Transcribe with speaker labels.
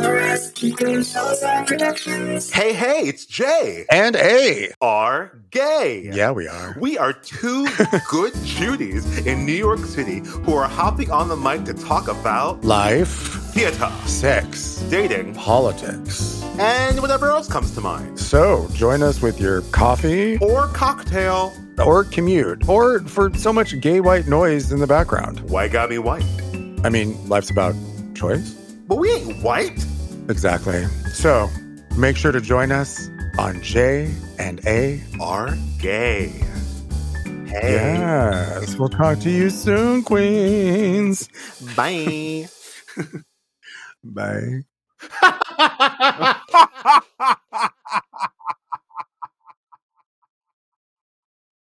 Speaker 1: with Geeker Salazar Productions.
Speaker 2: Hey, hey, it's Jay.
Speaker 3: And A.
Speaker 2: Are gay.
Speaker 3: Yeah, we are.
Speaker 2: We are two good Judies in New York City who are hopping on the mic to talk about
Speaker 3: Life,
Speaker 2: theater,
Speaker 3: sex,
Speaker 2: dating,
Speaker 3: politics.
Speaker 2: and whatever else comes to mind.
Speaker 3: So join us with your coffee
Speaker 2: Or cocktail.
Speaker 3: or commute or for so much gay white noise in the background.
Speaker 2: Why got me white?
Speaker 3: I mean, life's about choice.
Speaker 2: But we ain't white.
Speaker 3: Exactly. So make sure to join us on J and A.
Speaker 2: Are gay. Hey.
Speaker 3: Yes. We'll talk to you soon, Queens.
Speaker 2: Bye.
Speaker 3: Bye.